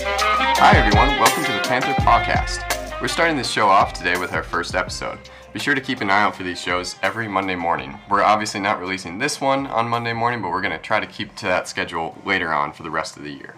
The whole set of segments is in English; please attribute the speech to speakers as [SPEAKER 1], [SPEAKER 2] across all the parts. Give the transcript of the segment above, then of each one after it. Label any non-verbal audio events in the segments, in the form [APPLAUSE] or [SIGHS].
[SPEAKER 1] Hi, everyone. Welcome to the Panther Podcast. We're starting this show off today with our first episode. Be sure to keep an eye out for these shows every Monday morning. We're obviously not releasing this one on Monday morning, but we're going to try to keep to that schedule later on for the rest of the year.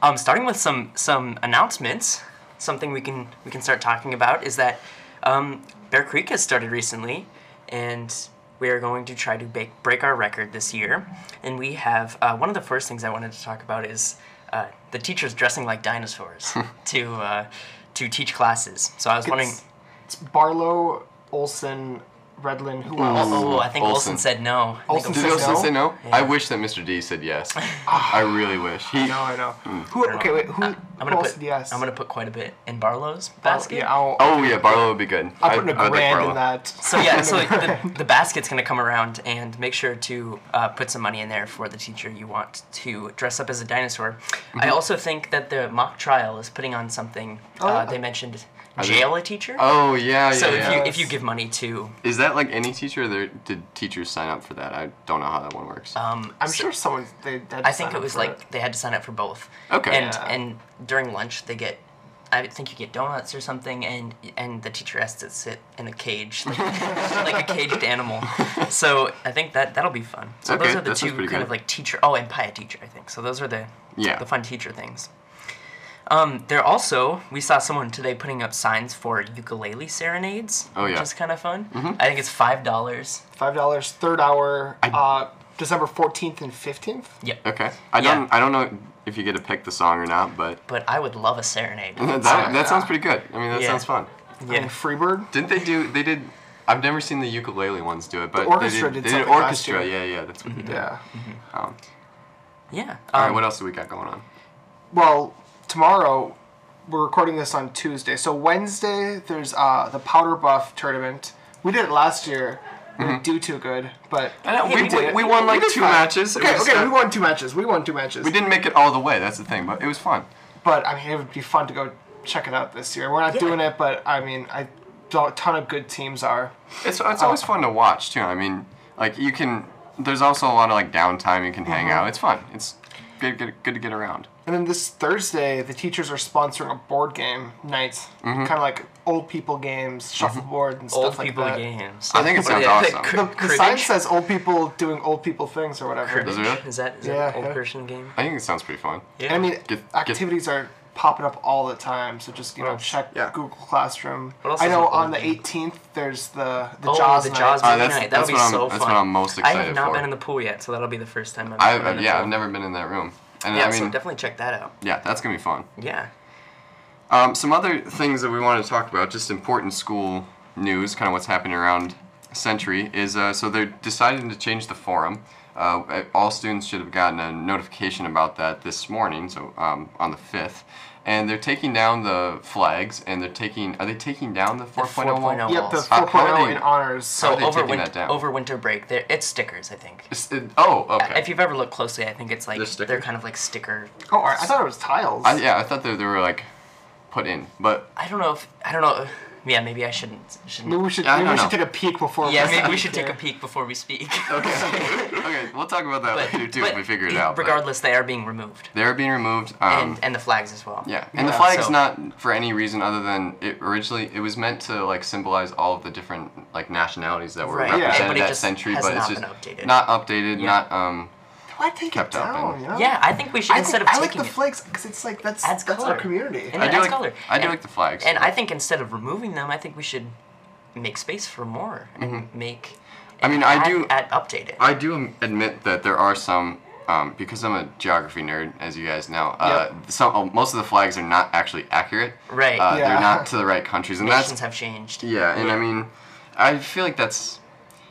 [SPEAKER 2] Um, starting with some some announcements, something we can we can start talking about is that um, Bear Creek has started recently, and we are going to try to bake, break our record this year. And we have uh, one of the first things I wanted to talk about is uh, the teachers dressing like
[SPEAKER 3] [LAUGHS]
[SPEAKER 2] dinosaurs to uh, to teach classes. So I was wondering.
[SPEAKER 3] It's- It's Barlow, Olson, Redlin. Who else?
[SPEAKER 1] Mm.
[SPEAKER 2] Oh, I think
[SPEAKER 1] Olsen.
[SPEAKER 2] Olson said no. I think
[SPEAKER 3] Olsen
[SPEAKER 1] Did
[SPEAKER 3] said
[SPEAKER 1] Olsen
[SPEAKER 3] no?
[SPEAKER 1] say no? I wish that Mr. D said
[SPEAKER 3] [SIGHS]
[SPEAKER 1] yes. I really wish. He,
[SPEAKER 3] No, I know. Who? Okay, wait. Who?
[SPEAKER 2] I'm
[SPEAKER 3] who
[SPEAKER 2] gonna
[SPEAKER 3] else
[SPEAKER 2] put
[SPEAKER 3] did yes?
[SPEAKER 2] I'm gonna put quite a bit in Barlow's basket.
[SPEAKER 3] Yeah, I'll,
[SPEAKER 1] oh, yeah, Barlow would be good.
[SPEAKER 3] I'll put in a
[SPEAKER 1] I would like
[SPEAKER 3] grand
[SPEAKER 1] Barlow.
[SPEAKER 3] in that.
[SPEAKER 2] So yeah,
[SPEAKER 3] [LAUGHS]
[SPEAKER 2] so the, the basket's gonna come around, and make sure to uh, put some money in there for the teacher you want to dress up as a dinosaur. I also think that the mock trial is putting on something. uh,
[SPEAKER 3] yeah.
[SPEAKER 2] They mentioned
[SPEAKER 1] they-
[SPEAKER 2] jail a teacher.
[SPEAKER 1] Oh, yeah, yeah,
[SPEAKER 2] so if
[SPEAKER 1] yeah.
[SPEAKER 2] you if you give money to,
[SPEAKER 1] Is that like any teacher? or There Did teachers sign up for that? I don't know how that one works.
[SPEAKER 2] um,
[SPEAKER 3] I'm
[SPEAKER 2] so-
[SPEAKER 3] sure someone they. had to
[SPEAKER 2] I
[SPEAKER 3] sign
[SPEAKER 2] think it
[SPEAKER 3] up
[SPEAKER 2] was
[SPEAKER 3] for
[SPEAKER 2] like they had to sign up for both.
[SPEAKER 1] Okay.
[SPEAKER 2] And
[SPEAKER 3] Yeah.
[SPEAKER 2] and during lunch they get, I think you get donuts or something, and and the teacher has to sit in a cage,
[SPEAKER 3] [LAUGHS]
[SPEAKER 2] like, like a caged animal. So I think that that'll be fun. So
[SPEAKER 1] Okay,
[SPEAKER 2] those are the
[SPEAKER 1] that
[SPEAKER 2] two
[SPEAKER 1] sounds
[SPEAKER 2] kind
[SPEAKER 1] pretty
[SPEAKER 2] of
[SPEAKER 1] good.
[SPEAKER 2] like teacher. Oh, and pie teacher, I think. So those are the
[SPEAKER 1] Yeah.
[SPEAKER 2] the fun teacher things. Um, there also we saw someone today putting up signs for ukulele serenades.
[SPEAKER 1] Oh,
[SPEAKER 2] which
[SPEAKER 1] yeah. Mm-hmm.
[SPEAKER 2] is kind of fun. I think it's five dollars.
[SPEAKER 3] five dollars, third hour, uh, December fourteenth and fifteenth.
[SPEAKER 2] Yeah.
[SPEAKER 1] okay. I
[SPEAKER 2] yeah.
[SPEAKER 1] don't. I don't know if you get to pick the song or not, but
[SPEAKER 2] But I would love
[SPEAKER 1] [LAUGHS]
[SPEAKER 2] a serenade.
[SPEAKER 1] that, that sounds pretty good. I mean, that
[SPEAKER 2] Uh, Yeah.
[SPEAKER 1] sounds fun.
[SPEAKER 2] Yeah.
[SPEAKER 3] And Freebird.
[SPEAKER 1] Didn't they do? They did. I've never seen the ukulele ones do it, but
[SPEAKER 3] orchestra
[SPEAKER 1] they did.
[SPEAKER 3] did
[SPEAKER 1] They did
[SPEAKER 3] something last
[SPEAKER 1] orchestra.
[SPEAKER 3] year.
[SPEAKER 1] Yeah, yeah, that's
[SPEAKER 2] Mm-hmm.
[SPEAKER 1] what they did.
[SPEAKER 3] Yeah.
[SPEAKER 1] Um,
[SPEAKER 2] Yeah.
[SPEAKER 1] all right,
[SPEAKER 2] um,
[SPEAKER 1] what else do we got going on?
[SPEAKER 3] Well, tomorrow we're recording this on Tuesday. So Wednesday there's uh, the Powder Buff tournament. We did it last year.
[SPEAKER 1] Mm-hmm.
[SPEAKER 3] We didn't do too good, but
[SPEAKER 2] we- we-
[SPEAKER 3] did it.
[SPEAKER 1] we won, like,
[SPEAKER 3] did
[SPEAKER 1] two
[SPEAKER 3] fine.
[SPEAKER 1] matches. It
[SPEAKER 3] Okay,
[SPEAKER 1] was
[SPEAKER 3] okay,
[SPEAKER 1] just-
[SPEAKER 3] we won two matches. We won two matches.
[SPEAKER 1] We didn't make it all the way. That's the thing, but it was fun.
[SPEAKER 3] but I mean, it would be fun to go check it out this year. We're not
[SPEAKER 2] Yeah.
[SPEAKER 3] doing it, but I mean, I a ton of good teams are.
[SPEAKER 1] It's it's
[SPEAKER 3] Oh.
[SPEAKER 1] always fun to watch too. I mean, like you can. There's also a lot of like downtime. You can hang
[SPEAKER 3] Mm-hmm.
[SPEAKER 1] out. It's fun. It's good. Good, good to get around.
[SPEAKER 3] And then this Thursday, the teachers are sponsoring a board game night, kind of like old people games, shuffleboard and stuff
[SPEAKER 2] old
[SPEAKER 3] like
[SPEAKER 2] people
[SPEAKER 3] that.
[SPEAKER 2] games.
[SPEAKER 1] I think it sounds
[SPEAKER 2] Like
[SPEAKER 1] awesome.
[SPEAKER 2] cr-
[SPEAKER 3] The, the sign
[SPEAKER 2] cribbage?
[SPEAKER 3] says old people doing old people things or whatever.
[SPEAKER 2] Cribbage?
[SPEAKER 1] Does it really?
[SPEAKER 2] Is that is
[SPEAKER 3] Yeah,
[SPEAKER 2] that an
[SPEAKER 3] yeah.
[SPEAKER 2] old person game?
[SPEAKER 1] I think it sounds pretty fun.
[SPEAKER 2] Yeah.
[SPEAKER 3] And I mean,
[SPEAKER 1] Get- get-
[SPEAKER 3] activities are popping up all the time, so just you know check
[SPEAKER 1] Yeah.
[SPEAKER 3] Google Classroom.
[SPEAKER 2] What else
[SPEAKER 3] I
[SPEAKER 2] is an
[SPEAKER 3] know
[SPEAKER 2] old
[SPEAKER 3] on the
[SPEAKER 2] game?
[SPEAKER 3] 18th there's the the
[SPEAKER 2] oh,
[SPEAKER 3] Jaws
[SPEAKER 2] the
[SPEAKER 3] night.
[SPEAKER 2] Jaws
[SPEAKER 1] Uh,
[SPEAKER 2] movie
[SPEAKER 1] that's-
[SPEAKER 2] night.
[SPEAKER 1] that's
[SPEAKER 2] That'll be
[SPEAKER 1] what I'm-
[SPEAKER 2] so
[SPEAKER 1] that's
[SPEAKER 2] fun.
[SPEAKER 1] what I'm most
[SPEAKER 2] I
[SPEAKER 1] excited
[SPEAKER 2] have not
[SPEAKER 1] for.
[SPEAKER 2] been in the pool yet, so that'll be the first time. I've, been in
[SPEAKER 1] I
[SPEAKER 2] the
[SPEAKER 1] yeah.
[SPEAKER 2] pool.
[SPEAKER 1] I've never been in that room. And
[SPEAKER 2] Yeah,
[SPEAKER 1] I mean,
[SPEAKER 2] so definitely check that out.
[SPEAKER 1] yeah, that's gonna be fun.
[SPEAKER 2] Yeah.
[SPEAKER 1] Um, some other things that we want to talk about, just important school news, kind of what's happening around Century, is uh, so they're deciding to change the forum. Uh, all students should have gotten a notification about that this morning, so um, on the 5th. And they're taking down the flags, and they're taking, are they taking down the 4.0
[SPEAKER 2] 4.0
[SPEAKER 1] wall?
[SPEAKER 2] wall.
[SPEAKER 3] Yep, the
[SPEAKER 2] How-
[SPEAKER 1] how
[SPEAKER 3] 4.0
[SPEAKER 1] they-
[SPEAKER 3] in honors.
[SPEAKER 1] How
[SPEAKER 2] So
[SPEAKER 1] are they
[SPEAKER 2] over
[SPEAKER 1] taking that
[SPEAKER 2] winter
[SPEAKER 1] down?
[SPEAKER 2] over winter break, there it's stickers. I think.
[SPEAKER 1] It's- it- oh, okay.
[SPEAKER 2] If you've ever looked closely, I think it's like
[SPEAKER 1] They're
[SPEAKER 2] they're,
[SPEAKER 1] stickers?
[SPEAKER 2] kind of like sticker.
[SPEAKER 3] oh, all right, I thought it was tiles.
[SPEAKER 1] I, yeah, I thought they, they were like put in, but [LAUGHS]
[SPEAKER 2] I don't know if I don't know. [SIGHS] Yeah, maybe I shouldn't. shouldn't.
[SPEAKER 3] Maybe we should
[SPEAKER 1] I
[SPEAKER 3] maybe
[SPEAKER 1] don't
[SPEAKER 3] we should
[SPEAKER 1] know.
[SPEAKER 3] take a peek before.
[SPEAKER 2] Yeah,
[SPEAKER 3] press
[SPEAKER 2] maybe we
[SPEAKER 3] it
[SPEAKER 2] should take a
[SPEAKER 3] here.
[SPEAKER 2] peek before we speak.
[SPEAKER 1] okay, okay, we'll talk about that
[SPEAKER 2] [LAUGHS] But-
[SPEAKER 1] later too if
[SPEAKER 2] but
[SPEAKER 1] we figure it out. but
[SPEAKER 2] Regardless, they are being removed,
[SPEAKER 1] they're being removed. Um,
[SPEAKER 2] and and the flags as well.
[SPEAKER 1] Yeah, and the
[SPEAKER 3] Yeah,
[SPEAKER 1] flag's
[SPEAKER 2] so-
[SPEAKER 1] not for any reason other than it originally it was meant to like symbolize all of the different like nationalities that were
[SPEAKER 2] Right, yeah.
[SPEAKER 1] represented
[SPEAKER 2] but it
[SPEAKER 1] that
[SPEAKER 2] just
[SPEAKER 1] century,
[SPEAKER 2] has
[SPEAKER 1] but it's
[SPEAKER 2] not
[SPEAKER 1] just
[SPEAKER 2] been updated.
[SPEAKER 1] not updated,
[SPEAKER 2] Yeah.
[SPEAKER 1] not um.
[SPEAKER 3] Why take Oh, it
[SPEAKER 1] kept up
[SPEAKER 3] down?
[SPEAKER 1] and-
[SPEAKER 3] You know?
[SPEAKER 2] Yeah, I think we should
[SPEAKER 3] I
[SPEAKER 2] instead
[SPEAKER 3] think-
[SPEAKER 2] of
[SPEAKER 3] I like
[SPEAKER 2] taking
[SPEAKER 3] the
[SPEAKER 2] it-
[SPEAKER 3] flakes because it's like that's
[SPEAKER 2] Adds
[SPEAKER 3] that's our
[SPEAKER 2] color.
[SPEAKER 3] community.
[SPEAKER 2] And
[SPEAKER 1] I
[SPEAKER 2] it
[SPEAKER 1] do
[SPEAKER 2] adds
[SPEAKER 1] like
[SPEAKER 2] color.
[SPEAKER 1] I do
[SPEAKER 2] And-
[SPEAKER 1] like the flags.
[SPEAKER 2] And I think instead of removing them, I think we should make space for more and make.
[SPEAKER 1] Mm-hmm. I mean, I
[SPEAKER 2] add-
[SPEAKER 1] do-
[SPEAKER 2] add, update it.
[SPEAKER 1] I do am- admit that there are some, um, because I'm a geography nerd, as you guys know. Uh, Some oh, most of the flags are not actually accurate.
[SPEAKER 2] Right.
[SPEAKER 1] Uh, They're
[SPEAKER 3] Yeah.
[SPEAKER 1] not to the right countries, and
[SPEAKER 2] Nations
[SPEAKER 1] that's
[SPEAKER 2] have changed.
[SPEAKER 1] yeah. And I mean, I feel like that's,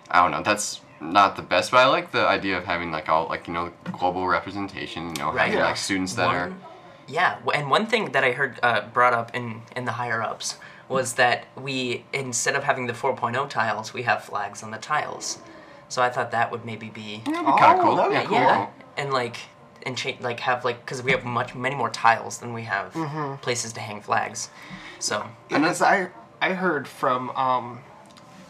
[SPEAKER 1] I don't know, that's not the best, but I like the idea of having like all like you know global representation. You know,
[SPEAKER 2] Right.
[SPEAKER 1] having
[SPEAKER 2] Yeah.
[SPEAKER 1] like students that are.
[SPEAKER 2] One- yeah, w- and one thing that I heard uh, brought up in in the higher ups was that we instead of having the 4.0 tiles, we have flags on the tiles. So I thought that would maybe be
[SPEAKER 1] That'd be kind
[SPEAKER 3] Oh,
[SPEAKER 1] of cool.
[SPEAKER 3] that'd
[SPEAKER 1] Yeah,
[SPEAKER 3] be
[SPEAKER 1] cool.
[SPEAKER 2] yeah,
[SPEAKER 1] cool.
[SPEAKER 2] and like and cha- like have like because we have much many more tiles than we have places to hang flags. So
[SPEAKER 3] And as I I heard from um,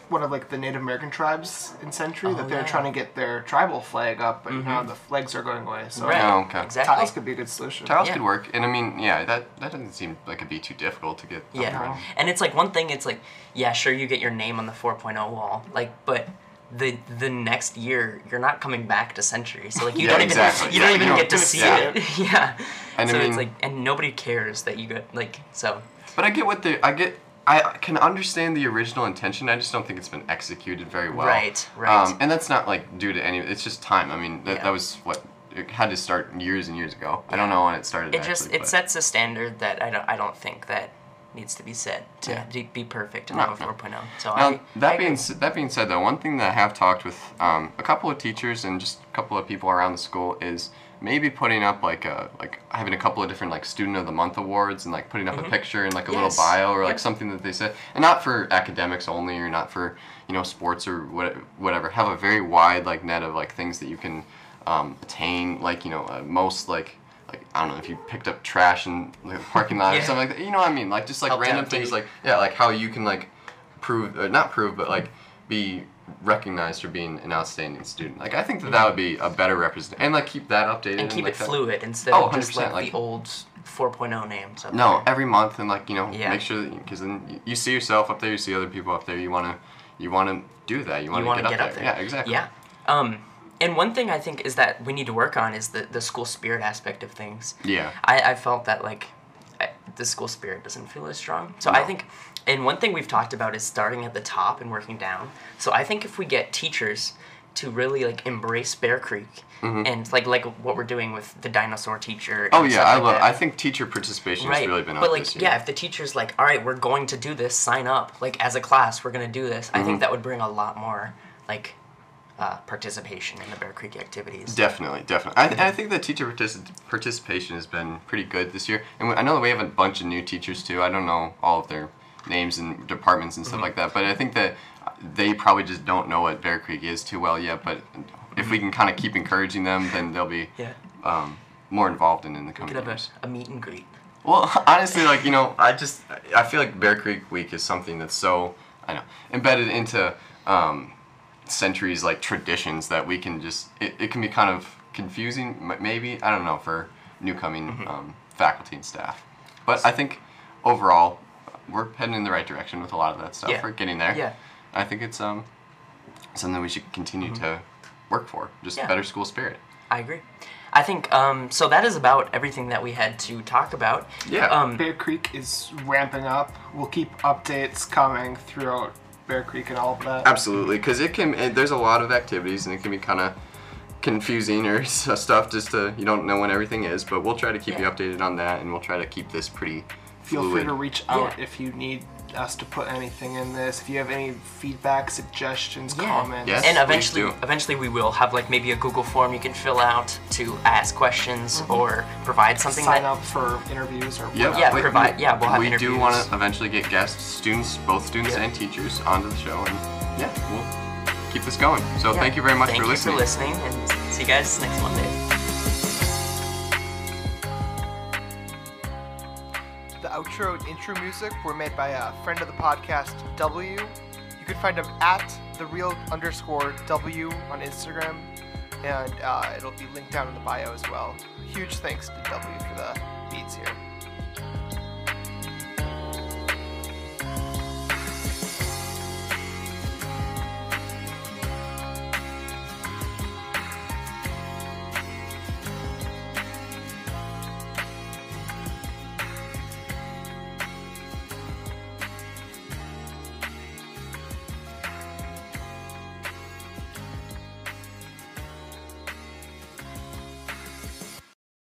[SPEAKER 3] one of like the Native American tribes in Century that they're
[SPEAKER 2] Oh, yeah. Mm-hmm.
[SPEAKER 3] trying to get their tribal flag up, but now the flags are going away. So
[SPEAKER 2] Right.
[SPEAKER 1] Oh, okay.
[SPEAKER 2] Exactly.
[SPEAKER 3] tiles could be a good solution.
[SPEAKER 1] Tiles
[SPEAKER 2] Yeah.
[SPEAKER 1] could work, and I mean, yeah, that that doesn't seem like it'd be too difficult to get.
[SPEAKER 2] Yeah.
[SPEAKER 1] something ready.
[SPEAKER 2] And it's like one thing it's like yeah, sure you get your name on the 4.0 wall, like but the the next year you're not coming back to Century. So like you
[SPEAKER 1] Yeah,
[SPEAKER 2] don't
[SPEAKER 1] exactly.
[SPEAKER 2] even you don't
[SPEAKER 1] Yeah,
[SPEAKER 2] even
[SPEAKER 1] you
[SPEAKER 2] get to
[SPEAKER 1] don't
[SPEAKER 2] see
[SPEAKER 1] get
[SPEAKER 2] it. [LAUGHS] yeah.
[SPEAKER 1] And I
[SPEAKER 2] so
[SPEAKER 1] mean-
[SPEAKER 2] it's like and nobody cares that you got like so
[SPEAKER 1] But I get what the I get. I can understand the original intention. I just don't think it's been executed very well.
[SPEAKER 2] Right, right.
[SPEAKER 1] Um, and that's not like due to any. It's just time. I mean, that,
[SPEAKER 2] Yeah.
[SPEAKER 1] that was what it had to start years and years ago. I don't know when it started.
[SPEAKER 2] it just
[SPEAKER 1] actually,
[SPEAKER 2] it
[SPEAKER 1] but-
[SPEAKER 2] sets a standard that I don't I don't think that needs to be set to
[SPEAKER 1] Yeah.
[SPEAKER 2] be- be perfect and
[SPEAKER 1] No,
[SPEAKER 2] have a
[SPEAKER 1] no.
[SPEAKER 2] 4.0. oh. So I
[SPEAKER 1] Now,
[SPEAKER 2] I
[SPEAKER 1] that
[SPEAKER 2] agree.
[SPEAKER 1] being s- that being said, though, one thing that I have talked with um, a couple of teachers and just a couple of people around the school is maybe putting up like a like having a couple of different like student of the month awards and like putting up a picture and like a
[SPEAKER 2] Mm-hmm. Yes.
[SPEAKER 1] little bio or like
[SPEAKER 2] Yep.
[SPEAKER 1] something that they said, and not for academics only or not for you know sports or what, whatever. Have a very wide like net of like things that you can um, attain, like you know uh, most like. Like, I don't know if you picked up trash in like, the parking lot or
[SPEAKER 2] [LAUGHS] Yeah.
[SPEAKER 1] something like that. You know what I mean? Like just like
[SPEAKER 2] Helped
[SPEAKER 1] random
[SPEAKER 2] out
[SPEAKER 1] things
[SPEAKER 2] the-
[SPEAKER 1] like yeah, like how you can like prove or not prove, but like be recognized for being an outstanding student. Like I think that that would be a better represent and like keep that updated
[SPEAKER 2] and keep
[SPEAKER 1] like
[SPEAKER 2] it
[SPEAKER 1] that-
[SPEAKER 2] fluid instead
[SPEAKER 1] Oh,
[SPEAKER 2] of just
[SPEAKER 1] 100%,
[SPEAKER 2] like,
[SPEAKER 1] like-
[SPEAKER 2] the old 4.0 names. up
[SPEAKER 1] No,
[SPEAKER 2] there.
[SPEAKER 1] every month and like you know
[SPEAKER 2] Yeah.
[SPEAKER 1] make sure that because then y- you see yourself up there, you see other people up there. You wanna you wanna do that. You wanna,
[SPEAKER 2] you want to
[SPEAKER 1] get,
[SPEAKER 2] get
[SPEAKER 1] up, there. Yeah, exactly.
[SPEAKER 2] Yeah. Um, and one thing I think is that we need to work on is the, the school spirit aspect of things.
[SPEAKER 1] Yeah.
[SPEAKER 2] I, I felt that, like, I, the school spirit doesn't feel as strong. So I
[SPEAKER 1] No.
[SPEAKER 2] think, and one thing we've talked about is starting at the top and working down. So I think if we get teachers to really, like, embrace Bear Creek and, like, like what we're doing with the dinosaur teacher.
[SPEAKER 1] Mm-hmm. Oh
[SPEAKER 2] and
[SPEAKER 1] yeah,
[SPEAKER 2] stuff
[SPEAKER 1] I
[SPEAKER 2] like
[SPEAKER 1] love.
[SPEAKER 2] that.
[SPEAKER 1] I think teacher participation has really been
[SPEAKER 2] but
[SPEAKER 1] up
[SPEAKER 2] like,
[SPEAKER 1] this year.
[SPEAKER 2] yeah, if the teacher's like, all right, we're going to do this, sign up. Like as a class, we're gonna do this. I
[SPEAKER 1] Mm-hmm.
[SPEAKER 2] think that would bring a lot more like uh, participation in the Bear Creek activities.
[SPEAKER 1] Definitely, definitely. I,
[SPEAKER 2] Mm-hmm.
[SPEAKER 1] th- I think the teacher partici- participation has been pretty good this year, and we, I know that we have a bunch of new teachers too. I don't know all of their names and departments and stuff
[SPEAKER 2] Mm-hmm.
[SPEAKER 1] like that, but I think that they probably just don't know what Bear Creek is too well yet. But if we can kind of keep encouraging them, then they'll be
[SPEAKER 2] Mm-hmm. yeah,
[SPEAKER 1] um, more involved in in the
[SPEAKER 2] we
[SPEAKER 1] coming
[SPEAKER 2] could have a,
[SPEAKER 1] years.
[SPEAKER 2] a meet and greet.
[SPEAKER 1] Well, [LAUGHS] honestly, like you know, I just I feel like Bear Creek Week is something that's so I know embedded into um, centuries like traditions that we can just it, it can be kind of confusing m- maybe I don't know for new coming
[SPEAKER 2] Mm-hmm.
[SPEAKER 1] um, faculty and staff, but I think overall we're heading in the right direction with a lot of that stuff.
[SPEAKER 2] Yeah.
[SPEAKER 1] We're getting there.
[SPEAKER 2] Yeah.
[SPEAKER 1] I think it's um something we should continue to work for. Just
[SPEAKER 2] Mm-hmm. Yeah.
[SPEAKER 1] better school spirit.
[SPEAKER 2] I agree. I think um, so. That is about everything that we had to talk about.
[SPEAKER 1] Yeah.
[SPEAKER 2] Um,
[SPEAKER 3] Bear Creek is ramping up. We'll keep updates coming throughout Bear Creek and all of that.
[SPEAKER 1] Absolutely, because it can. It, there's a lot of activities, and it can be kind of confusing or [LAUGHS] s- stuff. Just to you don't know when everything is, but we'll try to keep you
[SPEAKER 2] Yeah.
[SPEAKER 1] updated on that, and we'll try to keep this pretty
[SPEAKER 3] Feel free
[SPEAKER 1] fluid.
[SPEAKER 3] to reach out if you need us to put anything in this. If you have any feedback, suggestions,
[SPEAKER 2] Yeah.
[SPEAKER 3] comments.
[SPEAKER 1] Yes.
[SPEAKER 2] and
[SPEAKER 1] please
[SPEAKER 2] eventually,
[SPEAKER 1] do.
[SPEAKER 2] eventually we will have like maybe a Google form you can fill out to ask questions or provide something
[SPEAKER 3] Sign
[SPEAKER 2] that
[SPEAKER 3] up for interviews or
[SPEAKER 1] Yep,
[SPEAKER 3] whatever.
[SPEAKER 2] Yeah,
[SPEAKER 1] we-
[SPEAKER 2] provide-
[SPEAKER 1] we-
[SPEAKER 2] yeah, we'll have
[SPEAKER 1] we do
[SPEAKER 2] interviews.
[SPEAKER 1] want to eventually get guests, students, both students
[SPEAKER 2] Yeah.
[SPEAKER 1] and teachers, onto the show, and yeah, we'll keep this going. So thank you very much
[SPEAKER 2] Thank
[SPEAKER 1] for
[SPEAKER 2] you
[SPEAKER 1] listening.
[SPEAKER 2] for listening, and see you guys next Monday.
[SPEAKER 3] The outro and intro music were made by a friend of the podcast, W. You can find him at the real underscore W on Instagram, and uh, it'll be linked down in the bio as well. Huge thanks to W for the beats here.